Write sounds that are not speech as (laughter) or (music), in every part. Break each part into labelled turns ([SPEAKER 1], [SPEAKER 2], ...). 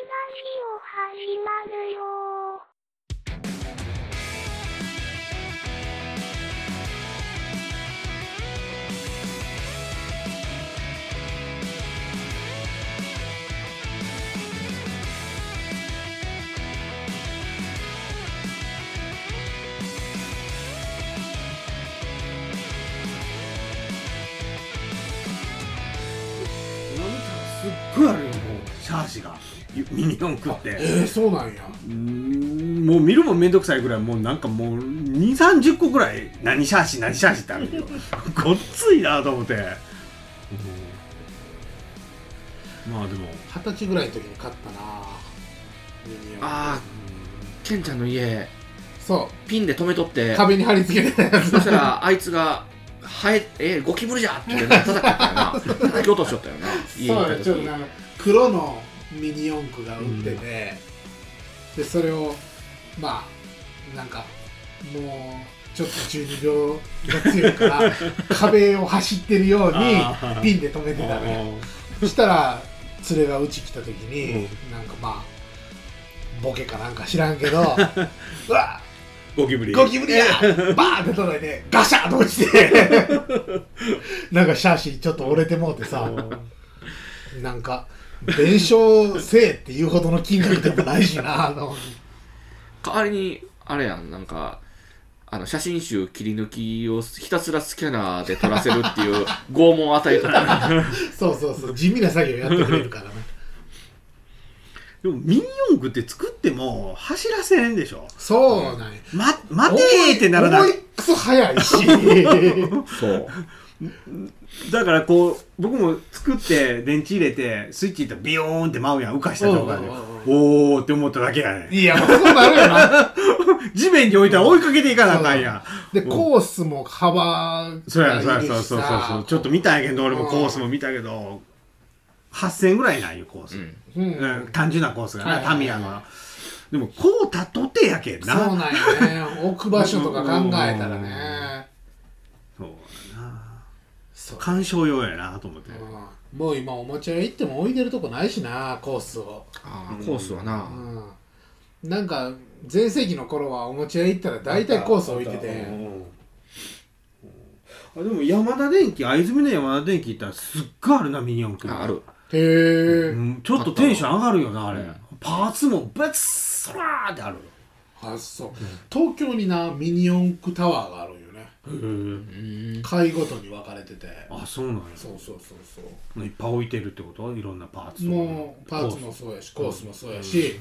[SPEAKER 1] チラジオ始まるよ
[SPEAKER 2] 読みたらすっごいあるよもうシャーシがゆミニ四駆って
[SPEAKER 3] えー、そうなんや
[SPEAKER 2] うーんもう見るもめんどくさいぐらいもうなんかもう2三3 0個ぐらい何シャーシ何シャーシってあるよ (laughs) ごっついなと思って、うんまあでも
[SPEAKER 3] 二十歳ぐらいの時に買ったなミニ四駆
[SPEAKER 4] あケンちゃんの家
[SPEAKER 3] そ
[SPEAKER 4] ピンで止めとって
[SPEAKER 3] う壁に貼り付けてたやつ
[SPEAKER 4] そしたらあいつが「はいえーゴキブリじゃ!」って言って叩きよったよな叩き落としよったよな家に行
[SPEAKER 3] そう
[SPEAKER 4] っ
[SPEAKER 3] よ
[SPEAKER 4] た
[SPEAKER 3] ちょっ
[SPEAKER 4] 時
[SPEAKER 3] となんか黒のミニ四駆が売ってて、でそれをまあなんかもうちょっと12秒が強いから壁を走ってるように
[SPEAKER 2] あー
[SPEAKER 3] ピンで止めてたねそしたら連れがうち来た時に、なんかまあボケかなんか知らんけどうわ
[SPEAKER 2] ゴキブリ
[SPEAKER 3] ゴキブリやバーンって叩いてガシャンと落
[SPEAKER 2] (laughs)
[SPEAKER 3] ちてなんかシャーシーちょっと折れてもうてさなんか弁償せえっていうほどの金額でもないしなあの
[SPEAKER 4] 代わりにあれやんなんかあの写真集切り抜きをひたすらスキャナーで撮らせるっていう拷問を与えてたな
[SPEAKER 3] そうそうそう地味な作業やってくれるからね
[SPEAKER 2] でもミニ四駆って作っても走らせへんでしょ
[SPEAKER 3] そうなんや
[SPEAKER 2] ま待てーってならな
[SPEAKER 3] 思
[SPEAKER 2] い
[SPEAKER 3] いくそ
[SPEAKER 2] (laughs)
[SPEAKER 3] 早いし
[SPEAKER 4] そう
[SPEAKER 2] だからこう僕も作って電池入れてスイッチ入ったらビヨーンって舞うやん浮かした状態で
[SPEAKER 3] おうおう
[SPEAKER 2] おーって思っただけやねん
[SPEAKER 3] いやもうそうなるよな
[SPEAKER 2] 地面に置いたら追いかけていかなあかんやん
[SPEAKER 3] で
[SPEAKER 2] うん
[SPEAKER 3] コースも幅
[SPEAKER 2] そうやそう
[SPEAKER 3] が
[SPEAKER 2] や
[SPEAKER 3] いるし
[SPEAKER 2] そう
[SPEAKER 3] さ
[SPEAKER 2] やそうそうそうちょっと見たんやけど俺もコースも見たけど8000ぐらいなんよコース、
[SPEAKER 4] ん
[SPEAKER 3] うん、
[SPEAKER 2] うん単純なコースがな、
[SPEAKER 3] はい
[SPEAKER 2] タミヤのでもこうたとてやけん
[SPEAKER 3] そ
[SPEAKER 2] な
[SPEAKER 3] うなんよね置く場所とか考えたら
[SPEAKER 2] うん
[SPEAKER 3] ね
[SPEAKER 2] そうやな
[SPEAKER 3] そう
[SPEAKER 2] 鑑賞用やなと思って、
[SPEAKER 3] うんもう今おもちゃ屋行っても置いてるとこないしなコースを、
[SPEAKER 4] あーコースはな、
[SPEAKER 3] うん、なんか全盛期の頃はおもちゃ屋行ったら大体コース置いてて
[SPEAKER 2] うんあでも山田電機藍住の山田電機行ったらすっごいあるなミニ四駆
[SPEAKER 4] あある
[SPEAKER 3] へえ、
[SPEAKER 2] うんちょっとテンション上がるよなあれ、
[SPEAKER 4] うん
[SPEAKER 2] パーツもブッサーってある
[SPEAKER 3] あそう東京になミニ四駆タワーがあるんよね
[SPEAKER 4] うーん
[SPEAKER 3] 階ごとに分かれてて
[SPEAKER 2] あそうなんや
[SPEAKER 3] そうそうそうそう
[SPEAKER 2] いっぱい置いてるってこといろんなパーツとか
[SPEAKER 3] もうパーツもそうやしコースもそうやし、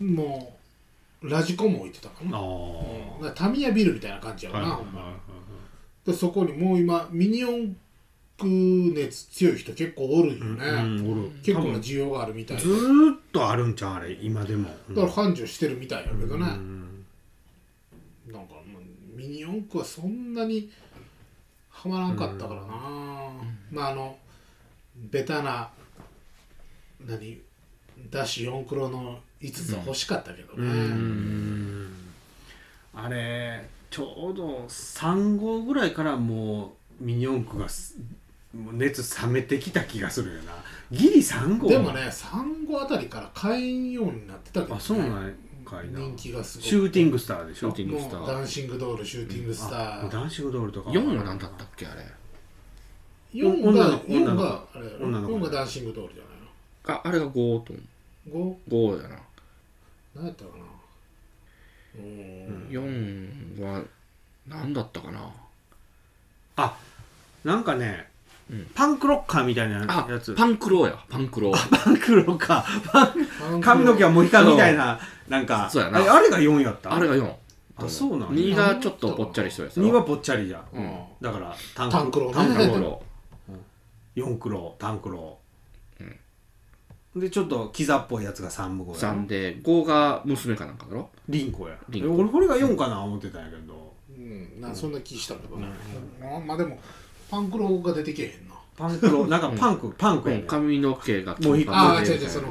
[SPEAKER 3] もうラジコンも置いてたか
[SPEAKER 2] あ
[SPEAKER 3] な、う
[SPEAKER 2] あ
[SPEAKER 3] ん、だからタミヤビルみたいな感じやろな、
[SPEAKER 2] はいはい
[SPEAKER 3] ほんま
[SPEAKER 2] はいはい
[SPEAKER 3] でそこにもう今ミニ四駆熱強い人結構おるんよね、
[SPEAKER 2] うんおる
[SPEAKER 3] 結構
[SPEAKER 2] 多
[SPEAKER 3] な
[SPEAKER 2] 分
[SPEAKER 3] 需要があるみたい
[SPEAKER 2] ず
[SPEAKER 3] だ
[SPEAKER 2] ーっとあるんちゃうあれ今でもうん
[SPEAKER 3] から繁盛してるみたいやけどね、
[SPEAKER 2] うん
[SPEAKER 3] なんかもうミニ四駆はそんなにはまらんかったからな、まああのベタな何ダッシュ4クロの5つは欲しかったけどね、
[SPEAKER 2] あれちょうど3号ぐらいからもうミニ四駆がすもう熱冷めてきた気がするよなギリ3号
[SPEAKER 3] でもね3号あたりから買えんようになってたけど、ね、
[SPEAKER 2] あそうなんかいな
[SPEAKER 3] 人気がすごい
[SPEAKER 2] シューティングスターでしょ
[SPEAKER 4] シューティングスター
[SPEAKER 3] もうダンシングドールシューティングスタ
[SPEAKER 2] あ
[SPEAKER 3] ー、
[SPEAKER 2] もう男子ドールとか
[SPEAKER 4] 4は何だったっけあれ
[SPEAKER 3] 4
[SPEAKER 2] 女
[SPEAKER 3] が
[SPEAKER 2] の子
[SPEAKER 3] 4
[SPEAKER 2] 女の子
[SPEAKER 3] があれ
[SPEAKER 2] 女の子
[SPEAKER 3] 4がダンシングドールじゃない
[SPEAKER 4] ああれが5と
[SPEAKER 3] の
[SPEAKER 4] 5やな
[SPEAKER 3] 5何やったかなうーん
[SPEAKER 4] 4は何だったかな
[SPEAKER 2] あなんかね、
[SPEAKER 4] うん
[SPEAKER 2] パンクロッカーみたいな
[SPEAKER 4] あ
[SPEAKER 2] やつ
[SPEAKER 4] パンクローやパンクロー
[SPEAKER 2] パンクロッカーパン髪の毛はモヒカンみたいななんか
[SPEAKER 4] そうやな
[SPEAKER 2] えあれが4やった
[SPEAKER 4] あれが4
[SPEAKER 2] あそうなん
[SPEAKER 4] 2
[SPEAKER 2] や
[SPEAKER 4] がちょっとぽっちゃりしたやつ
[SPEAKER 2] 2はぽっちゃりじゃん、
[SPEAKER 4] うん
[SPEAKER 2] だからタ
[SPEAKER 3] タンクロー
[SPEAKER 2] タン
[SPEAKER 3] ね
[SPEAKER 2] ク
[SPEAKER 4] パン
[SPEAKER 2] ロ
[SPEAKER 4] ク
[SPEAKER 2] ー
[SPEAKER 4] ロ
[SPEAKER 3] (laughs)
[SPEAKER 2] 4クロータンクロー、でちょっとキザっぽいやつが3無
[SPEAKER 4] ー
[SPEAKER 2] 号や
[SPEAKER 4] 3で5が娘かなんかだろ
[SPEAKER 2] リンコや
[SPEAKER 4] リンコ
[SPEAKER 2] え俺これが4かな思ってたんやけど
[SPEAKER 3] うんなんかそんな気したけどね、うんまあでもパンクロが出てけえへんな
[SPEAKER 2] パンクローなんかパンク、パンクや
[SPEAKER 4] うん
[SPEAKER 2] ね、
[SPEAKER 4] 髪の毛が
[SPEAKER 2] もう一
[SPEAKER 4] 金
[SPEAKER 2] 個
[SPEAKER 4] 髪
[SPEAKER 3] ああ
[SPEAKER 4] で
[SPEAKER 3] 違う違うその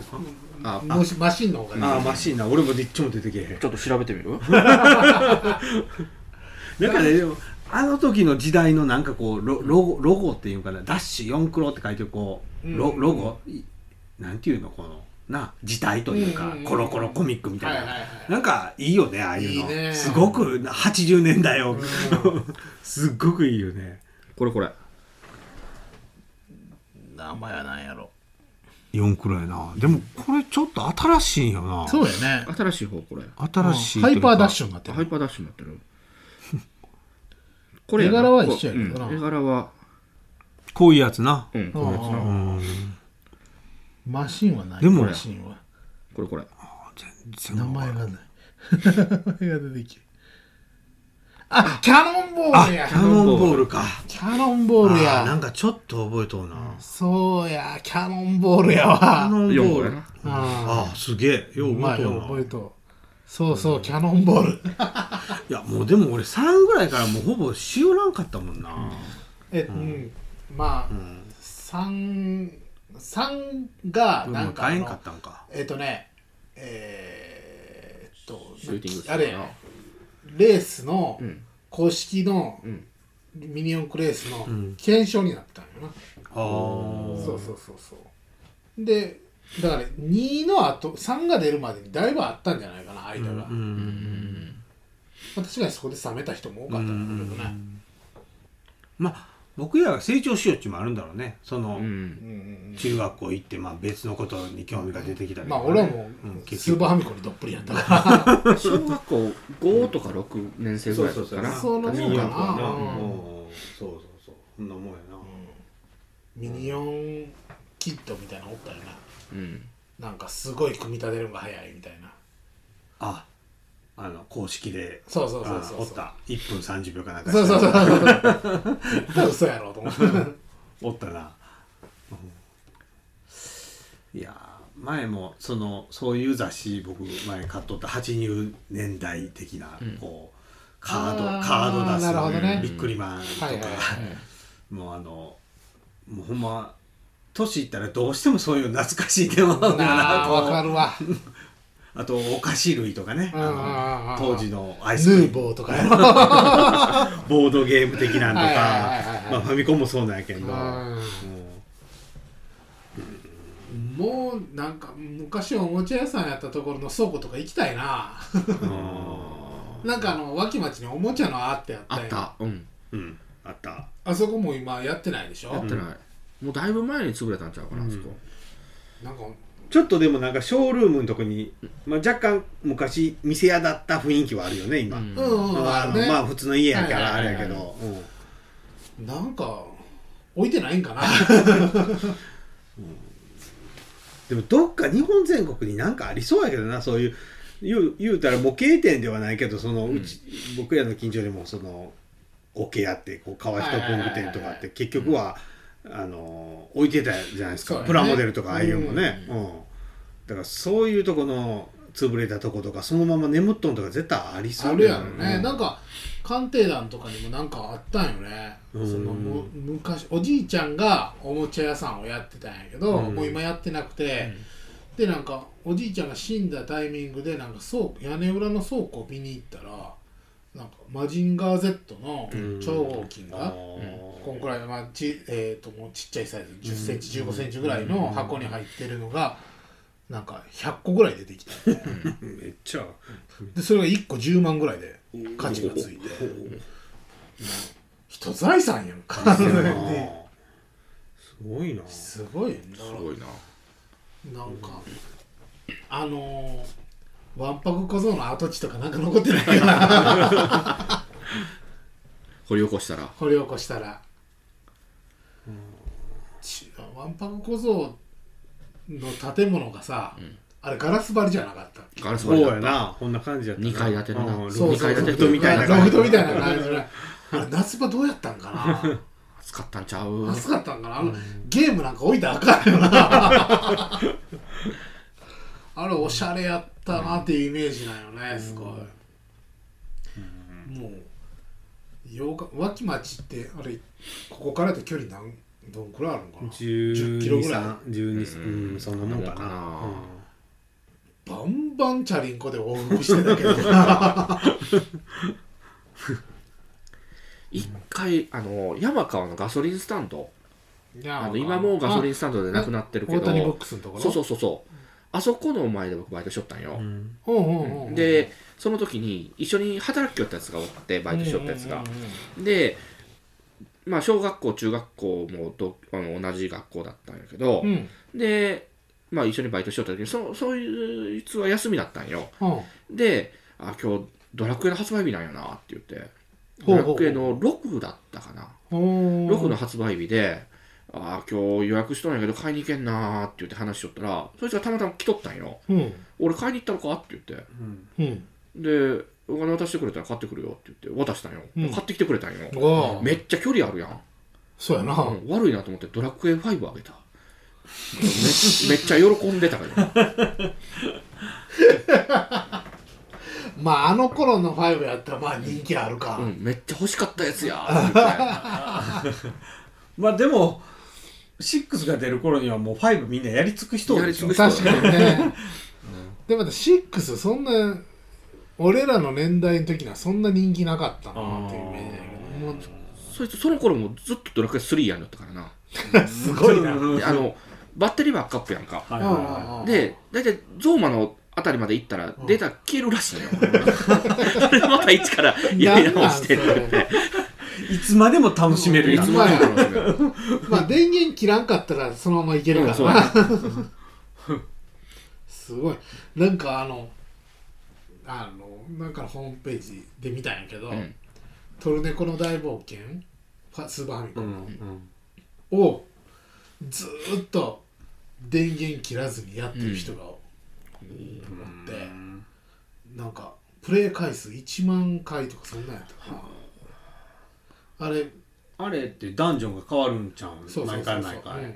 [SPEAKER 4] ああ
[SPEAKER 3] もしマシンの方が
[SPEAKER 2] ああ
[SPEAKER 3] ね
[SPEAKER 2] マシーンな俺もでっちも出てけえへん
[SPEAKER 4] ちょっと調べてみる
[SPEAKER 2] なんかね、でも、あの時の時代のなんかこう、ロロゴロゴっていうかな、ダッシュ4クロって書いてるこう、ロ
[SPEAKER 3] うん
[SPEAKER 2] ロゴ、いなんていうの、この、な字体というか、
[SPEAKER 3] うんうんうん
[SPEAKER 2] コロコロコミックみたいな、
[SPEAKER 3] はいはいはい
[SPEAKER 2] なんかいいよねああいうの
[SPEAKER 3] いいね
[SPEAKER 2] すごく80年代を、
[SPEAKER 3] う
[SPEAKER 2] (laughs) すっごくいいよね
[SPEAKER 4] これこれ
[SPEAKER 3] 名前は何やろ
[SPEAKER 2] 4くらいなでもこれちょっと新しいよな
[SPEAKER 3] そうやね
[SPEAKER 4] 新しい方これ
[SPEAKER 2] 新しい
[SPEAKER 3] ハイパーダッ
[SPEAKER 2] ュ
[SPEAKER 3] シュになって
[SPEAKER 4] ハイ
[SPEAKER 3] る
[SPEAKER 4] パーダッシュになってるこれやな
[SPEAKER 3] 絵柄は一緒やけどな
[SPEAKER 4] こううん絵柄は
[SPEAKER 2] こういうやつな
[SPEAKER 4] うんこのやつ
[SPEAKER 3] う
[SPEAKER 4] な
[SPEAKER 3] マシンはない
[SPEAKER 2] でも
[SPEAKER 3] マシンは
[SPEAKER 4] これこれ
[SPEAKER 2] 全
[SPEAKER 3] 名
[SPEAKER 2] 然
[SPEAKER 3] 前がない (laughs) 名前が出てきてあキャノンボールや
[SPEAKER 2] キャノンボールか
[SPEAKER 3] キャノンボール
[SPEAKER 2] あーな
[SPEAKER 3] や
[SPEAKER 2] んかちょっと覚えとうな
[SPEAKER 3] そうやキャノンボールやわ
[SPEAKER 2] ノ
[SPEAKER 4] 4個やな
[SPEAKER 3] あ
[SPEAKER 2] ああすげえよ
[SPEAKER 3] う
[SPEAKER 2] う
[SPEAKER 3] ま
[SPEAKER 2] 覚
[SPEAKER 3] い
[SPEAKER 2] えと
[SPEAKER 3] よ
[SPEAKER 2] う
[SPEAKER 3] 覚
[SPEAKER 2] な
[SPEAKER 3] えとうそうそうキャノンボール
[SPEAKER 2] いやもうでも俺3ぐらいからもうほぼしおらんかったもんな、
[SPEAKER 3] えうんまあ
[SPEAKER 2] うん
[SPEAKER 3] 三三が
[SPEAKER 2] な
[SPEAKER 3] なんんかあ
[SPEAKER 2] 買えんか
[SPEAKER 3] の
[SPEAKER 2] ったんか
[SPEAKER 3] えっとねえーっと
[SPEAKER 4] シューティングスタ
[SPEAKER 3] あ
[SPEAKER 4] ー
[SPEAKER 3] れ
[SPEAKER 4] やな
[SPEAKER 3] レースの
[SPEAKER 4] ん
[SPEAKER 3] 公式の
[SPEAKER 4] うん
[SPEAKER 3] ミニ四駆レースの
[SPEAKER 2] ん
[SPEAKER 3] 検証になったんよ
[SPEAKER 2] あ
[SPEAKER 3] な、
[SPEAKER 2] ー
[SPEAKER 3] そうそうそうそうでだから2のあと3が出るまでにだいぶあったんじゃないかな間が、
[SPEAKER 2] う
[SPEAKER 3] ま
[SPEAKER 2] ん
[SPEAKER 3] あ確かにそこで冷めた人も多かったんだけどね
[SPEAKER 2] まあ僕らが成長しようっちゅうのもあるんだろうねその、
[SPEAKER 3] う
[SPEAKER 4] うん
[SPEAKER 3] んうん
[SPEAKER 2] 中学校行ってまあ別のことに興味が出てきたり
[SPEAKER 3] うん
[SPEAKER 2] とか
[SPEAKER 3] まあ
[SPEAKER 2] ね
[SPEAKER 3] 俺はも
[SPEAKER 2] うん
[SPEAKER 3] う
[SPEAKER 2] 結
[SPEAKER 3] スー
[SPEAKER 2] 局
[SPEAKER 3] パーファミコンにどっぷりやったから
[SPEAKER 4] 小学校5とか6年生ぐらいだったかな
[SPEAKER 3] そうそうそうそんなもんかな
[SPEAKER 2] ミニ四駆はな
[SPEAKER 3] うん
[SPEAKER 2] うんそうそうそうそんなもんやな、
[SPEAKER 3] ミニ四キッドみたいなのおったよ
[SPEAKER 4] うん
[SPEAKER 3] ななんかすごい組み立てるのが早いみたいな
[SPEAKER 2] ああの公式で
[SPEAKER 3] そうそうそうそう
[SPEAKER 2] あおった1分30秒かなんか
[SPEAKER 3] そうそうそうそう絶対嘘やろと思って
[SPEAKER 2] おったな、いやー前もそのそういう雑誌僕前買っとった80年代的な、
[SPEAKER 4] うん
[SPEAKER 2] こうカード
[SPEAKER 3] あー
[SPEAKER 2] カード出す
[SPEAKER 3] なるほどね
[SPEAKER 2] ビックリマンとか、
[SPEAKER 3] はいはいはい
[SPEAKER 2] もうあのもうほんま年いったらどうしてもそういう懐かしい電話な
[SPEAKER 3] なあ
[SPEAKER 2] こう
[SPEAKER 3] わかるわヌ
[SPEAKER 2] あとお菓子類とかね
[SPEAKER 3] うんうんうんうん
[SPEAKER 2] あの当時のアイスクリ
[SPEAKER 3] ー
[SPEAKER 2] ーム
[SPEAKER 3] ボーとかやろ
[SPEAKER 2] ボードゲーム的なんとか
[SPEAKER 3] はいはいはいはい
[SPEAKER 2] まあファミコンもそうなんやけど、
[SPEAKER 3] う
[SPEAKER 2] もうん
[SPEAKER 3] もうなんか昔おもちゃ屋さんやったところの倉庫とか行きたいななんかあの脇町におもちゃのあってあった
[SPEAKER 4] あ
[SPEAKER 3] やん
[SPEAKER 4] ったうん
[SPEAKER 2] うん、あった。
[SPEAKER 3] あそこも今やってないでしょ
[SPEAKER 4] やってないもうだいぶ前に潰れたんちゃうかなあそこ
[SPEAKER 3] なんか
[SPEAKER 2] ちょっとでもなんかショールームのとこに、まあ、若干昔店屋だった雰囲気はあるよね今、
[SPEAKER 4] うん
[SPEAKER 3] うんうんうん
[SPEAKER 2] まあ
[SPEAKER 3] あるね
[SPEAKER 2] まあ普通の家やからあ
[SPEAKER 4] はい
[SPEAKER 2] れ
[SPEAKER 4] はい
[SPEAKER 2] や
[SPEAKER 4] はい
[SPEAKER 2] け
[SPEAKER 4] はい
[SPEAKER 2] ど、うん
[SPEAKER 3] なんか置いてないん
[SPEAKER 2] (laughs)
[SPEAKER 3] かな
[SPEAKER 2] でもどっか日本全国になんかありそうやけどなそういう言う言うたら模型店ではないけどそのうち、僕らの近所でもその桶屋ってこう川人文具店とか
[SPEAKER 3] はいはいはい
[SPEAKER 2] っ
[SPEAKER 3] は
[SPEAKER 2] て結局は、あの置いてたじゃないですか、
[SPEAKER 3] そうやね
[SPEAKER 2] プラモデルとかああいうのもね、
[SPEAKER 4] う
[SPEAKER 2] うんだからそういうとこの潰れたとことかそのまま眠っとんとか絶対ありそ
[SPEAKER 3] あ
[SPEAKER 2] う
[SPEAKER 3] る
[SPEAKER 2] だよ
[SPEAKER 3] やろね、なんか鑑定団とかにもなんかあったんよね、
[SPEAKER 2] うん
[SPEAKER 3] そのむ昔おじいちゃんがおもちゃ屋さんをやってたんやけど、
[SPEAKER 2] うん
[SPEAKER 3] もう今やってなくて、でなんかおじいちゃんが死んだタイミングでなんか倉庫屋根裏の倉庫を見に行ったらなんかマジンガー Z の
[SPEAKER 2] うん
[SPEAKER 3] 超合金
[SPEAKER 2] あ
[SPEAKER 3] が、
[SPEAKER 2] ー
[SPEAKER 3] こんくらいの、まあちえー、ともうちっちゃいサイズ1 0センチ1 5センチぐらいの箱に入ってるのがなんか100個ぐらい出てきた
[SPEAKER 2] めっちゃ
[SPEAKER 3] でそれが1個10万ぐらいで価値がついて人財産やんか
[SPEAKER 2] すごいな
[SPEAKER 3] すごいよ
[SPEAKER 4] すごいな
[SPEAKER 3] ななんかあのー、わんぱく小僧の跡地とかなんか残ってないかな
[SPEAKER 4] 掘り起こしたら
[SPEAKER 3] 掘り起こしたらちわんぱく小僧の建物がさ、あれガラス張りじゃなかったっけ
[SPEAKER 4] ガラス
[SPEAKER 2] そう
[SPEAKER 4] 割りだ
[SPEAKER 2] や
[SPEAKER 4] っ
[SPEAKER 2] なこんな感じやったな
[SPEAKER 4] 二階建てのな
[SPEAKER 2] うん
[SPEAKER 3] そう
[SPEAKER 2] 二
[SPEAKER 3] そう
[SPEAKER 2] 階
[SPEAKER 3] そ
[SPEAKER 2] 建
[SPEAKER 3] う
[SPEAKER 2] てとみたいな
[SPEAKER 3] ロ
[SPEAKER 2] 感
[SPEAKER 3] フ
[SPEAKER 2] じ
[SPEAKER 3] トみたいな感じであれ夏場どうやったんか (laughs) な
[SPEAKER 4] た暑かったんちゃう
[SPEAKER 3] 暑かったんかなあのゲームなんか置いたらあかんよな (laughs) あれおしゃれやったなっていうイメージなんよねすごい、もう洋館脇町ってあれここからって距離なんどんくらいあるのかな
[SPEAKER 2] 10
[SPEAKER 3] 10キロぐらい
[SPEAKER 2] 12うんそんなもんか
[SPEAKER 4] そんな
[SPEAKER 2] な
[SPEAKER 4] もんか
[SPEAKER 3] バンバンチャリンコで往復してたけどな
[SPEAKER 4] 一回あの山川のガソリンスタンド
[SPEAKER 3] いや
[SPEAKER 4] あの今もうガソリンスタンドでなくなってるけど
[SPEAKER 3] あ大谷ボックスのところ
[SPEAKER 4] そうそうそうそうあそこの前で僕バイトしとったんよ、
[SPEAKER 2] うん
[SPEAKER 3] ほうほうほう
[SPEAKER 4] でその時に一緒に働きよったやつがおってバイトしよったやつが、
[SPEAKER 3] うんうんうんうん
[SPEAKER 4] でまあ小学校中学校もどあの同じ学校だったんやけど、
[SPEAKER 3] うん
[SPEAKER 4] でまあ一緒にバイトしよった時にそそういういつは休みだったんよ
[SPEAKER 3] うん
[SPEAKER 4] で「あ今日ドラクエの発売日なんやな」って言って
[SPEAKER 3] ほ
[SPEAKER 4] ド
[SPEAKER 3] う
[SPEAKER 4] ラ
[SPEAKER 3] ほう
[SPEAKER 4] クエの6だったかな
[SPEAKER 3] ほう
[SPEAKER 4] 6の発売日で「あ今日予約しとんやけど買いに行けんな」って言って話しとったらそいつがたまたま来とったんよ
[SPEAKER 3] うん
[SPEAKER 4] 「俺買いに行ったのか?」って言って
[SPEAKER 2] うん
[SPEAKER 3] うん
[SPEAKER 4] で「お金渡してくれたら買ってくるよ」って言って渡したんよ、
[SPEAKER 3] うん
[SPEAKER 4] 買ってきてくれたんよ
[SPEAKER 3] ああ
[SPEAKER 4] めっちゃ距離あるやん
[SPEAKER 3] そうやな
[SPEAKER 4] うん悪いなと思ってドラクエ5あげためめっちゃ喜んでたけど
[SPEAKER 3] まああの頃の5やったらまあ人気あるか
[SPEAKER 4] うん、めっちゃ欲しかったやつやーって言って
[SPEAKER 2] まあでも6が出る頃にはもう5みんなやり尽くしとるでしょ
[SPEAKER 4] やり尽くし
[SPEAKER 3] 確かにねでまた6そんな俺らの年代の時にはそんな人気なかったなっていうイメージだけどもう
[SPEAKER 4] そいつその頃もずっとドラクエ3やんだったからな
[SPEAKER 3] すごいな
[SPEAKER 2] うん
[SPEAKER 4] であのバッテリーバックアップやんか
[SPEAKER 2] はいはいは
[SPEAKER 3] ああ
[SPEAKER 4] で大体ゾーマのあたりまで行ったらデータ消えるらしいのよそれ (laughs) また一からやり直して
[SPEAKER 3] なんなんそれ
[SPEAKER 2] いいつまでも楽しめる
[SPEAKER 4] い
[SPEAKER 2] や
[SPEAKER 4] つ
[SPEAKER 2] つ
[SPEAKER 4] までも楽しめる
[SPEAKER 3] まあ電源切らんかったらそのままいけるか
[SPEAKER 4] うん
[SPEAKER 3] ら
[SPEAKER 4] そう
[SPEAKER 3] な、
[SPEAKER 4] やね
[SPEAKER 3] すごいなんかあのあのなんかホームページで見たんやけど「
[SPEAKER 4] うん
[SPEAKER 3] トルネコの大冒険」ファスーパーファミコ
[SPEAKER 2] う
[SPEAKER 3] ン
[SPEAKER 2] ん
[SPEAKER 3] をずーっと電源切らずにやってる人がおって、
[SPEAKER 2] うん
[SPEAKER 3] なんかプレイ回数1万回とかそんなんやったかなあれで
[SPEAKER 2] あれってダンジョンが変わるんちゃうん
[SPEAKER 3] そうそ
[SPEAKER 2] 毎
[SPEAKER 3] うそうそう
[SPEAKER 2] 回毎回うん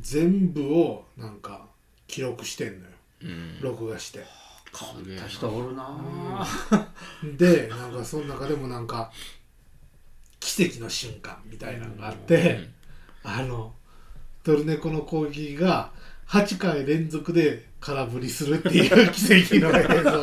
[SPEAKER 3] 全部をなんか記録してんのよ
[SPEAKER 4] うん
[SPEAKER 3] 録画して
[SPEAKER 4] すげえ
[SPEAKER 2] や
[SPEAKER 4] な
[SPEAKER 2] った人おるなぁ
[SPEAKER 3] でなんかその中でもなんか奇跡の瞬間みたいなのがあって、あのトルネコの攻撃が8回連続で空振りするっていう奇跡の映像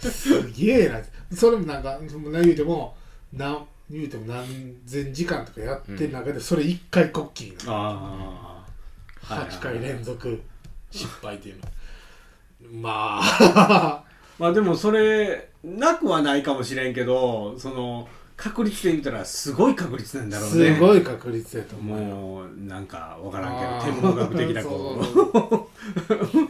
[SPEAKER 3] すげえなそれもなんかその言うても何言うても何千時間とかやってる中で、それ1回コッキーなの
[SPEAKER 2] ああはいはい
[SPEAKER 3] 8回連続失敗っていうのまあ
[SPEAKER 2] まあでもそれなくはないかもしれんけどその確率で言ったらすごい確率なんだろうね
[SPEAKER 3] すごい確率やと思うよ
[SPEAKER 2] もうなんかわから
[SPEAKER 3] あ
[SPEAKER 2] ん
[SPEAKER 3] ー
[SPEAKER 2] けど天文学的なこ
[SPEAKER 3] そううそうそう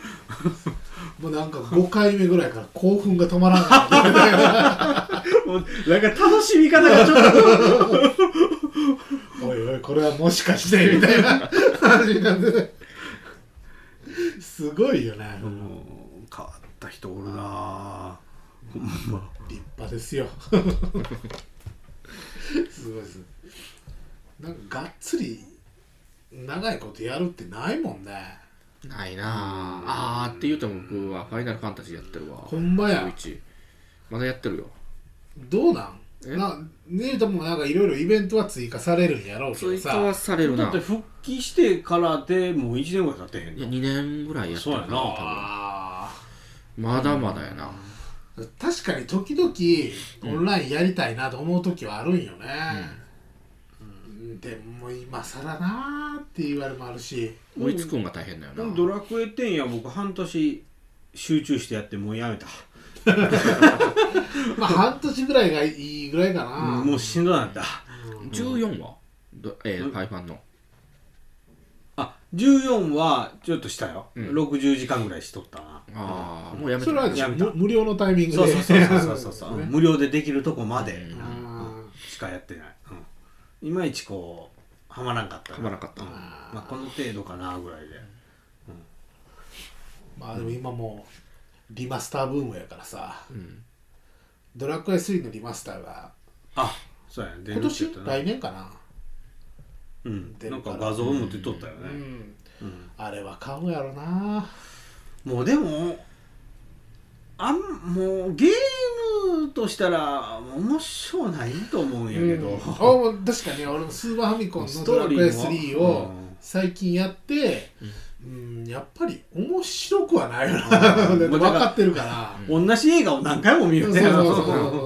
[SPEAKER 3] もうなんか5回目ぐらいから興奮が止まらなかった
[SPEAKER 2] もうなんか楽しみ方がちょっと
[SPEAKER 3] おいおいこれはもしかしてみたいな話になっててすごいよね、
[SPEAKER 2] うん変わった人おるなぁほんま
[SPEAKER 3] 立派ですよすごいですなんかがっつり長いことやるってないもんね
[SPEAKER 4] ないなああーって言うと僕はファイナルファンタジーやってるわ
[SPEAKER 3] ほんまや
[SPEAKER 4] 11まだやってるよ
[SPEAKER 3] どうなん
[SPEAKER 4] え
[SPEAKER 3] なねえともなんかいろいろイベントは追加されるんやろうけど
[SPEAKER 4] 追
[SPEAKER 3] さ
[SPEAKER 4] 加はされる
[SPEAKER 2] だ
[SPEAKER 4] な
[SPEAKER 2] って復帰してからでもう1年ぐらい経ってへん
[SPEAKER 4] いや
[SPEAKER 2] の
[SPEAKER 4] 2年ぐらいやってるかな
[SPEAKER 2] そうやな
[SPEAKER 4] 多分
[SPEAKER 3] あー
[SPEAKER 4] まだまだやな、
[SPEAKER 3] 確かに時々オンラインやりたいなと思う時はあるんよね、うんでも今更なーって言われもあるし
[SPEAKER 4] 追いつくんが大変だよな、
[SPEAKER 2] ドラクエ10や僕半年集中してやってもうやめた、
[SPEAKER 3] まあ半年ぐらいがいいぐらいかな、
[SPEAKER 2] もうしんどなった
[SPEAKER 4] 14はどえー、
[SPEAKER 2] うん
[SPEAKER 4] パイパンの
[SPEAKER 2] あ14はちょっとしたよ、
[SPEAKER 4] うん
[SPEAKER 2] 60時間ぐらいしとったな
[SPEAKER 4] ああもうやめ
[SPEAKER 3] そ
[SPEAKER 4] て
[SPEAKER 3] れはでしょ
[SPEAKER 2] やめた
[SPEAKER 3] む無料のタイミング
[SPEAKER 2] そう
[SPEAKER 3] で
[SPEAKER 2] そうそうそうそうそう、
[SPEAKER 3] ね
[SPEAKER 2] 無料でできるとこまで
[SPEAKER 4] うん
[SPEAKER 3] あ
[SPEAKER 2] しかやってない、うん、いまいちこうはまらんかった
[SPEAKER 4] はまらんかった
[SPEAKER 2] うんまあ、この程度かなぐらいで
[SPEAKER 3] ーまあでも今もうリマスターブームやからさ
[SPEAKER 4] うん
[SPEAKER 3] ドラクエ3のリマスターが
[SPEAKER 2] あそうやね出
[SPEAKER 3] 今
[SPEAKER 2] るって言
[SPEAKER 3] 年
[SPEAKER 2] ったな
[SPEAKER 3] 来年かな
[SPEAKER 2] うん
[SPEAKER 3] 出
[SPEAKER 2] な
[SPEAKER 3] る
[SPEAKER 2] ん
[SPEAKER 3] から
[SPEAKER 2] か画像も出とったよ
[SPEAKER 3] う
[SPEAKER 2] ね、
[SPEAKER 3] ん
[SPEAKER 2] うん
[SPEAKER 3] あれは買うやろな
[SPEAKER 2] もうでもあんもうゲームとしたら面白ないと思うんやけど、
[SPEAKER 3] うん、あもう確かに俺もスーパーファミコンの「ドラクエ
[SPEAKER 2] ストーリ
[SPEAKER 3] 3」
[SPEAKER 2] ーも
[SPEAKER 3] を
[SPEAKER 2] うん
[SPEAKER 3] 最近やって、うん、やっぱり面白くはない (laughs) よな、
[SPEAKER 2] うん
[SPEAKER 3] 分かってるから、
[SPEAKER 2] (laughs) 同じ映画を何回も見る
[SPEAKER 3] そう
[SPEAKER 2] ね
[SPEAKER 3] そうそうそう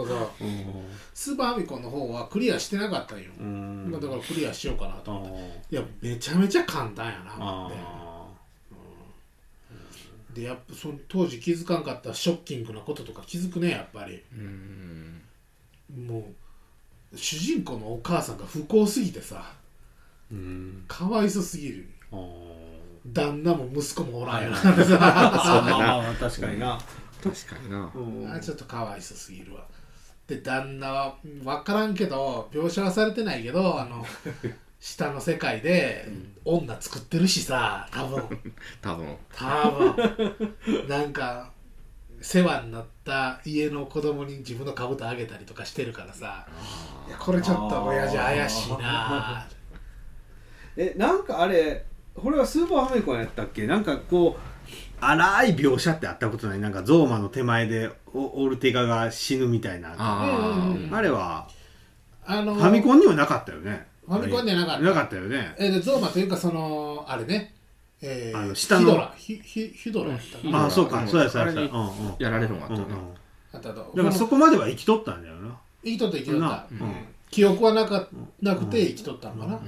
[SPEAKER 3] そ
[SPEAKER 2] (laughs)
[SPEAKER 3] う
[SPEAKER 2] うん
[SPEAKER 3] スーパーファミコンの方はクリアしてなかったんよ、
[SPEAKER 2] うん
[SPEAKER 3] まあだからクリアしようかなと
[SPEAKER 2] あ
[SPEAKER 3] 思っ
[SPEAKER 2] ー
[SPEAKER 3] ていやめちゃめちゃ簡単やな思って
[SPEAKER 2] あ
[SPEAKER 3] でやっぱその当時気づかんかったショッキングなこととか気づくねやっぱり
[SPEAKER 4] うん
[SPEAKER 3] もう主人公のお母さんが不幸すぎてさ
[SPEAKER 2] ーうん
[SPEAKER 3] かわいそすぎる
[SPEAKER 2] あー
[SPEAKER 3] 旦那も息子もおらんやな
[SPEAKER 2] はいはい
[SPEAKER 4] そうだな
[SPEAKER 2] あー確かにな
[SPEAKER 4] 確かに
[SPEAKER 3] (laughs)
[SPEAKER 4] な
[SPEAKER 2] うん
[SPEAKER 3] あちょっとかわいそすぎるわで旦那は分からんけど描写はされてないけどあ
[SPEAKER 2] (laughs)
[SPEAKER 3] の下の世界で女作ってるしさ多分
[SPEAKER 4] 多分
[SPEAKER 3] 多分なんか世話になった家の子供に自分の株とあげたりとかしてるからさいやこれちょっと親父怪しいな
[SPEAKER 2] えなんかあれこれはスーパーファミコンやったっけなんかこう荒い描写ってあったことないなんかゾーマの手前でオオルテガが死ぬみたいなあ
[SPEAKER 4] あ
[SPEAKER 3] うん
[SPEAKER 4] あ
[SPEAKER 2] れは
[SPEAKER 3] あの
[SPEAKER 2] ファミコンにはなかったよね
[SPEAKER 3] ファミコンにはなかった
[SPEAKER 2] なかったよね
[SPEAKER 3] えーでゾウマというかそのあれねえー
[SPEAKER 2] あの下の
[SPEAKER 3] ヒドラヒヒヒドラやったか
[SPEAKER 4] うん
[SPEAKER 3] な
[SPEAKER 2] ああそう
[SPEAKER 4] う
[SPEAKER 2] か
[SPEAKER 4] ん
[SPEAKER 2] そうやそうや
[SPEAKER 4] あれ
[SPEAKER 2] そう
[SPEAKER 4] に
[SPEAKER 2] やうんうん
[SPEAKER 4] やられるのがあ
[SPEAKER 2] う
[SPEAKER 4] っ
[SPEAKER 2] ん
[SPEAKER 4] た
[SPEAKER 2] う
[SPEAKER 4] よなん
[SPEAKER 3] あったと
[SPEAKER 2] だからそこまでは生きとったんだよな
[SPEAKER 3] 生きとった生きとっ
[SPEAKER 2] な
[SPEAKER 3] た、
[SPEAKER 2] うん
[SPEAKER 3] うん記憶はなかなくて
[SPEAKER 2] うん
[SPEAKER 3] 生きとったのかな、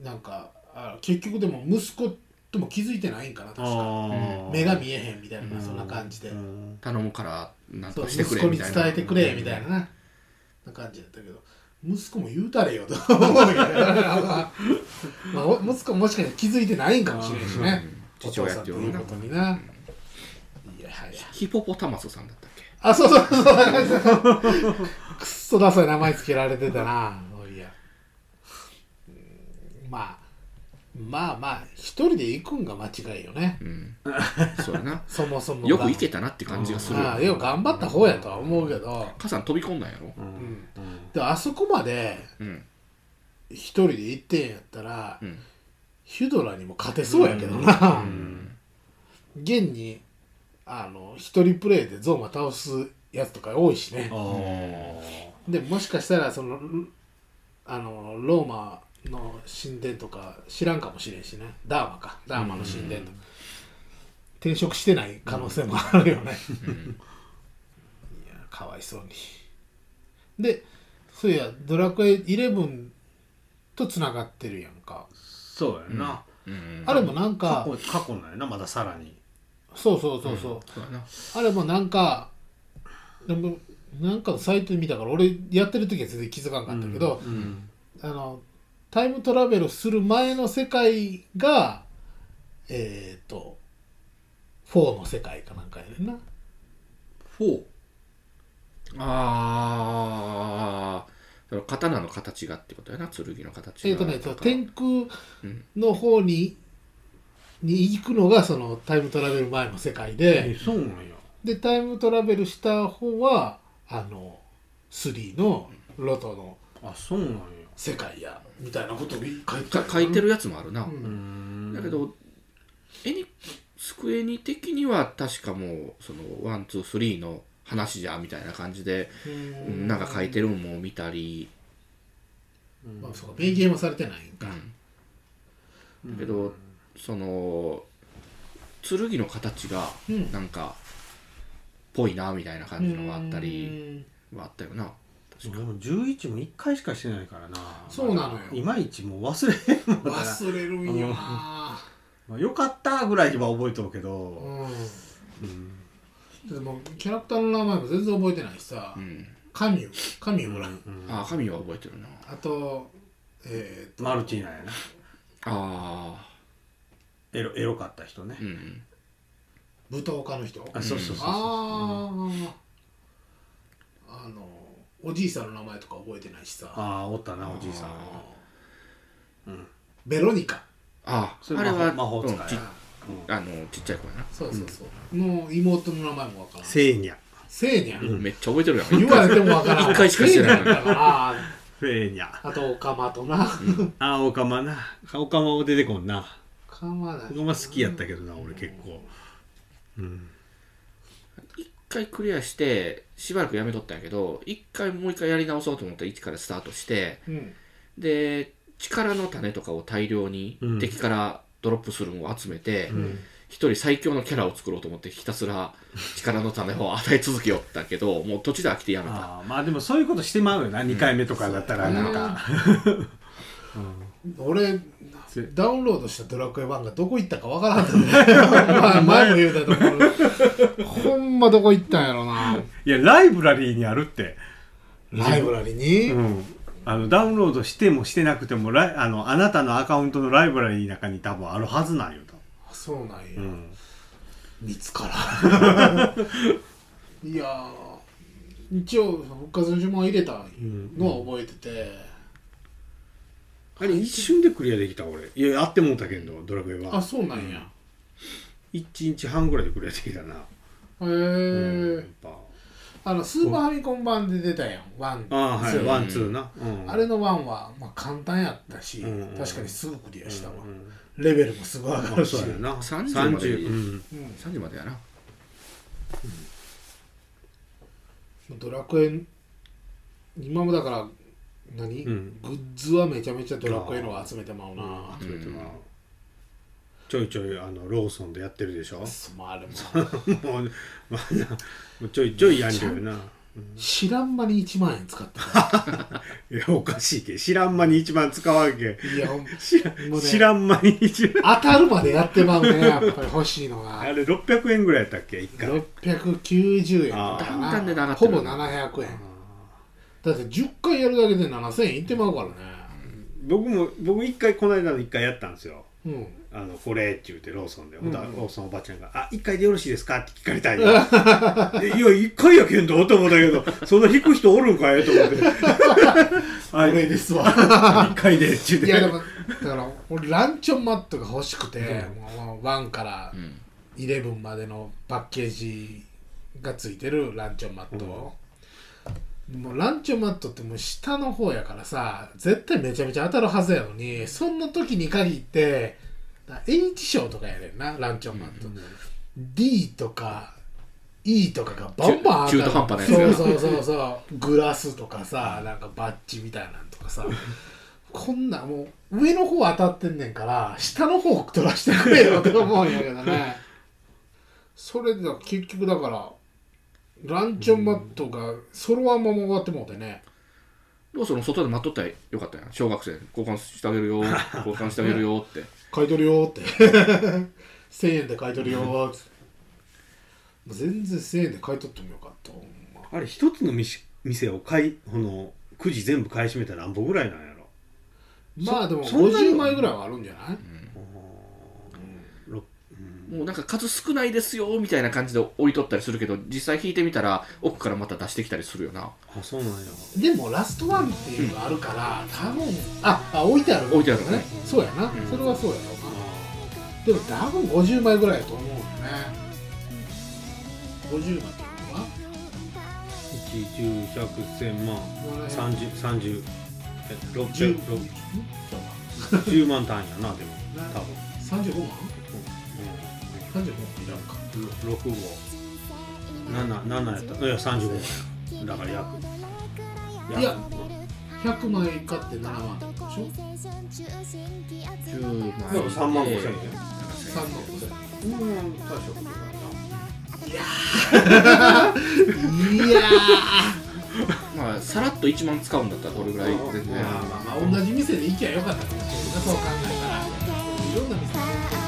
[SPEAKER 3] なんかあ結局でも息子とも気づいてないんかな確か
[SPEAKER 2] ああ
[SPEAKER 3] 目が見えへんみたいな、
[SPEAKER 2] うん
[SPEAKER 3] そんな感じで、
[SPEAKER 2] うん
[SPEAKER 4] 頼むからなん
[SPEAKER 3] そう
[SPEAKER 4] として
[SPEAKER 3] 息
[SPEAKER 4] くれ
[SPEAKER 3] 子
[SPEAKER 4] み
[SPEAKER 3] に
[SPEAKER 4] た
[SPEAKER 3] 伝
[SPEAKER 4] いな
[SPEAKER 3] えてくれみたいなな,、感じだったけど息子も言うたれ
[SPEAKER 4] (laughs)
[SPEAKER 3] よと思うんだけど、まあ、お息子もしかして気づいてないんかもしれんしね、
[SPEAKER 4] うん
[SPEAKER 3] お
[SPEAKER 4] 父
[SPEAKER 3] 父
[SPEAKER 4] 親
[SPEAKER 3] さ
[SPEAKER 4] っ
[SPEAKER 3] ん
[SPEAKER 4] て
[SPEAKER 3] と
[SPEAKER 4] い
[SPEAKER 3] いう
[SPEAKER 4] う
[SPEAKER 3] こ
[SPEAKER 4] の
[SPEAKER 3] とにな、いやはや
[SPEAKER 4] ヒポポタマスさんだったっけ
[SPEAKER 3] あそうそうそうくっそダサい名前つけられてたなそういやうんまあまあまあ一人で行くんが間違いよね
[SPEAKER 4] うんそうやな
[SPEAKER 3] そもそもが
[SPEAKER 4] よく行けたなって感じがする
[SPEAKER 3] まあよく頑張った方やとは思うけど、
[SPEAKER 4] 母さん飛び込んだんやろ
[SPEAKER 2] うん
[SPEAKER 3] ん
[SPEAKER 2] うん
[SPEAKER 3] であそこまで
[SPEAKER 4] うん
[SPEAKER 3] 一人で行ってんやったら、
[SPEAKER 4] うん
[SPEAKER 3] ヒュドラにも勝てそうやけどな、
[SPEAKER 2] うん
[SPEAKER 3] 現にあの一人プレイでゾウマ倒すやつとか多いしね
[SPEAKER 2] あー
[SPEAKER 3] でもしかしたらそのルあのローマの神殿とか知らんかもしれんしねダーマかダーマの神殿とか、転職してない可能性もあるよね、いやかわいそうにでそういや「ドラクエ11」とつながってるやんか
[SPEAKER 2] そうやな
[SPEAKER 4] うん
[SPEAKER 3] あれもなん
[SPEAKER 2] 過去
[SPEAKER 3] か
[SPEAKER 2] 過去なんやなまださらに
[SPEAKER 3] そうそうそうそう、
[SPEAKER 4] そうやな
[SPEAKER 3] あれもなんかでもなんかのサイトで見たから俺やってる時は全然気づかんかったけど、
[SPEAKER 2] うん
[SPEAKER 3] あのタイムトラベルする前の世界がえっ、ー、と4の世界かなんかやねんな
[SPEAKER 4] 4ああその刀の形がってことやな剣の形
[SPEAKER 3] え
[SPEAKER 4] が
[SPEAKER 3] っ、ー、とねそう
[SPEAKER 4] 天
[SPEAKER 3] 天空の方に、に行くのがそのタイムトラベル前の世界
[SPEAKER 2] え
[SPEAKER 3] で、
[SPEAKER 2] そうなんや
[SPEAKER 3] でタイムトラベルした方はあの3のロトの
[SPEAKER 2] あそうなんや
[SPEAKER 3] 世界やみたいなことを書いて
[SPEAKER 4] か
[SPEAKER 3] ある
[SPEAKER 4] 書いてるやつもあるな、
[SPEAKER 3] うん
[SPEAKER 2] うん
[SPEAKER 4] だけどエニスクエニ的には確かもうそのワンツースリーの話じゃみたいな感じで、うんなんか書いてるんも見たり、
[SPEAKER 2] うん
[SPEAKER 3] まあ、そうか明言はされてないんか、
[SPEAKER 4] だけどその剣の形が
[SPEAKER 3] うん
[SPEAKER 4] なんかぽいなみたいな感じのがあった
[SPEAKER 3] う
[SPEAKER 4] り
[SPEAKER 3] ん
[SPEAKER 4] はあったよな
[SPEAKER 2] 俺も11も1回しかしてないからな
[SPEAKER 3] そうなのよ
[SPEAKER 2] いまいちもう忘れへんもんな
[SPEAKER 3] 忘れるんよな、
[SPEAKER 2] まあよかったぐらいは覚えとるけど、
[SPEAKER 3] う
[SPEAKER 2] うん
[SPEAKER 3] ん、でもキャラクターの名前も全然覚えてないしさ、
[SPEAKER 4] うん
[SPEAKER 3] カミュカミュぐらい、
[SPEAKER 2] うん
[SPEAKER 4] ああ神は覚えてるな
[SPEAKER 3] あとえー、と
[SPEAKER 2] マルチーナやな
[SPEAKER 4] あ
[SPEAKER 2] エロエロかった人ね
[SPEAKER 4] あうん
[SPEAKER 3] 舞踏家の人
[SPEAKER 2] あそうそうそうそ
[SPEAKER 3] ああ、あのおじいさんの名前とか覚えてないし
[SPEAKER 2] う
[SPEAKER 3] さ
[SPEAKER 2] ああおったなおじいさん
[SPEAKER 4] あ
[SPEAKER 3] ベロニカ
[SPEAKER 4] あ
[SPEAKER 2] そ
[SPEAKER 4] あ
[SPEAKER 2] れ
[SPEAKER 4] あれは
[SPEAKER 2] 魔法魔法使い
[SPEAKER 4] うんち
[SPEAKER 2] や
[SPEAKER 4] あのちっちゃい子やな
[SPEAKER 3] そうそうそう、の妹の名前もわからん
[SPEAKER 2] セーニャ
[SPEAKER 3] せいにゃん、
[SPEAKER 4] めっちゃ覚えてるやん
[SPEAKER 3] 言われてもわからん
[SPEAKER 4] 一回しかしてない
[SPEAKER 3] せいにゃんだから
[SPEAKER 2] セーニャ
[SPEAKER 3] あとオカマとな、
[SPEAKER 2] ああオカマなオカマも出てこんな
[SPEAKER 3] オカマだ
[SPEAKER 2] オカマ好きやったけどな俺結構うん
[SPEAKER 4] 一回クリアしてしばらくやめとったんやけど一回もう一回やり直そうと思ったら一からスタートして
[SPEAKER 3] うん
[SPEAKER 4] で力の種とかを大量に
[SPEAKER 2] うん
[SPEAKER 4] 敵からドロップするのを集めて、
[SPEAKER 2] うん
[SPEAKER 4] 一人最強のキャラを作ろうと思ってひたすら力の種を与え続けよったけどもう途中で飽きてやめた
[SPEAKER 2] あーまあでもそういうことしてまうよな、2回目とかだったらなんか、 (laughs)
[SPEAKER 3] 俺
[SPEAKER 2] せ
[SPEAKER 3] ダウンロードしたドラクエ1がどこ行ったかわからん
[SPEAKER 2] (laughs)
[SPEAKER 3] かった、まあ、前も言うたところほんまどこ行ったんやろない
[SPEAKER 2] やライブラリーにあるって、
[SPEAKER 3] ライブラリに、
[SPEAKER 2] うん、あのダウンロードしてもしてなくてもライあのあなたのアカウントのライブラリーの中に多分あるはずなんよ
[SPEAKER 3] あそうなんや、
[SPEAKER 2] 多分、うん
[SPEAKER 3] 見つからん (laughs) いやー一応復活の呪文は入れたのは覚えてて、
[SPEAKER 2] あれ一瞬でクリアできた俺いややってもうたけんどドラクエ
[SPEAKER 3] あ
[SPEAKER 2] は
[SPEAKER 3] そうなんや、
[SPEAKER 2] 1日半ぐらいでクリアできたな、
[SPEAKER 3] へえ、
[SPEAKER 2] うんやっぱ
[SPEAKER 3] あのスーパーファミコン版で出たやんワン
[SPEAKER 2] ああはい、
[SPEAKER 3] そう
[SPEAKER 2] ワンツーな、うん、
[SPEAKER 3] あれのワンは、まあ、簡単やったし、
[SPEAKER 2] うんうん
[SPEAKER 3] 確かにすぐクリアしたわ、
[SPEAKER 2] うん
[SPEAKER 3] レベルもすごい上が
[SPEAKER 2] あ
[SPEAKER 3] るし
[SPEAKER 2] そうやな
[SPEAKER 4] 30まで
[SPEAKER 2] 30うん
[SPEAKER 3] うん
[SPEAKER 4] 3時までやな
[SPEAKER 3] ドラクエ今もだから何、
[SPEAKER 2] うん
[SPEAKER 3] グッズはめちゃめちゃドラクエのを集めてまうな、
[SPEAKER 2] それとなちょいちょいあのローソンでやってるでしょ
[SPEAKER 3] そまああれも
[SPEAKER 2] もう、まあな、もうちょいちょいやんるよな
[SPEAKER 3] 知らん間に1万円使ってた
[SPEAKER 2] いやおかしいけ知らん間に一番使わんけ (laughs)
[SPEAKER 3] いやほん
[SPEAKER 2] 知ら
[SPEAKER 3] もうね
[SPEAKER 2] 知らん間に一番
[SPEAKER 3] 当たるまでやってま
[SPEAKER 2] (laughs)
[SPEAKER 3] うねやっぱり欲しいの
[SPEAKER 2] あ
[SPEAKER 3] が
[SPEAKER 2] れ600円ぐらいやったっけ一回
[SPEAKER 3] 690円だったか
[SPEAKER 4] あーだんだん値段上が
[SPEAKER 3] な
[SPEAKER 4] って
[SPEAKER 3] ほ
[SPEAKER 4] る
[SPEAKER 3] ぼ700円だって10回やるだけで7000円いってまうからね
[SPEAKER 2] 僕も僕一回この間の一回やったんですよ
[SPEAKER 3] うん、
[SPEAKER 2] あのこれって言ってローソンで、
[SPEAKER 3] ん
[SPEAKER 2] ほんとローソンおばちゃんが「あ一回でよろしいですか?」って聞かれたんや
[SPEAKER 3] (laughs)
[SPEAKER 2] えいや一回やけんどと思ったけどそんな引く人おるんかいと
[SPEAKER 3] (laughs)
[SPEAKER 2] 思って「
[SPEAKER 3] こ
[SPEAKER 2] あ
[SPEAKER 3] れ
[SPEAKER 2] 一
[SPEAKER 3] ですわ
[SPEAKER 2] 回で」って言って
[SPEAKER 3] いやでもだから俺ランチョンマットが欲しくて、もう1から
[SPEAKER 4] うん
[SPEAKER 3] 11までのパッケージがついてるランチョンマットを、もうランチョンマットってもう下の方やからさ絶対めちゃめちゃ当たるはずやのにそんな時に限ってだ H 賞とかやねんなランチョンマット、D とか E とかがバンバン
[SPEAKER 4] 中中途半端なやつやな
[SPEAKER 3] そうそうそうそうグラスとかさなんかバッジみたいなんとかさこんなんもう上の方当たってんねんから下の方取らしてくれよって思うんやけどね (laughs) それでだ結局だからランチョンマットがそろわんまま終わってもうてね
[SPEAKER 4] ローソンの外で待っとったらよかったやん小学生交換してあげる
[SPEAKER 2] (laughs)
[SPEAKER 4] よ交換してあげるよって
[SPEAKER 3] 買い取るよーって1000円で買い取るよーってもう全然1000円で買い取ってもよかったほんま
[SPEAKER 2] あれ一つの店店を買いこのくじ全部買い占めたら何歩ぐらいなんやろ
[SPEAKER 3] まあでも
[SPEAKER 2] そんなに
[SPEAKER 3] 50枚ぐらいはあるんじゃない、
[SPEAKER 2] ろうん
[SPEAKER 4] もうなんか数少ないですよみたいな感じで置いとったりするけど実際引いてみたら奥からまた出してきたりするよな
[SPEAKER 2] あそうなんや
[SPEAKER 3] でもラストワンっていうのがあるから、多分ああ置いてある
[SPEAKER 4] 置いてあるね
[SPEAKER 3] そうやな、
[SPEAKER 4] ん
[SPEAKER 3] それはそうやろうなでも多分50枚ぐらいやと思うよね50枚っていうのは
[SPEAKER 2] 110100万
[SPEAKER 3] 7
[SPEAKER 2] 3030え
[SPEAKER 3] 十
[SPEAKER 2] 6 0
[SPEAKER 3] 0
[SPEAKER 2] 10万単位やなでも多分
[SPEAKER 3] 35万35万いらんか
[SPEAKER 2] うん6号77やったいや35万やだから約
[SPEAKER 3] いや100枚買って7万ってことでしょ
[SPEAKER 4] 10万
[SPEAKER 2] でも3万5千円
[SPEAKER 3] 3万5千
[SPEAKER 2] うん大したことない
[SPEAKER 3] いや
[SPEAKER 4] まあさらっと1万使うんだったらこれぐらい全然
[SPEAKER 2] なまあまあまあ
[SPEAKER 3] ー、まあ、同じ店で行きゃよかったかもしれんなそう考えたらいろんな店で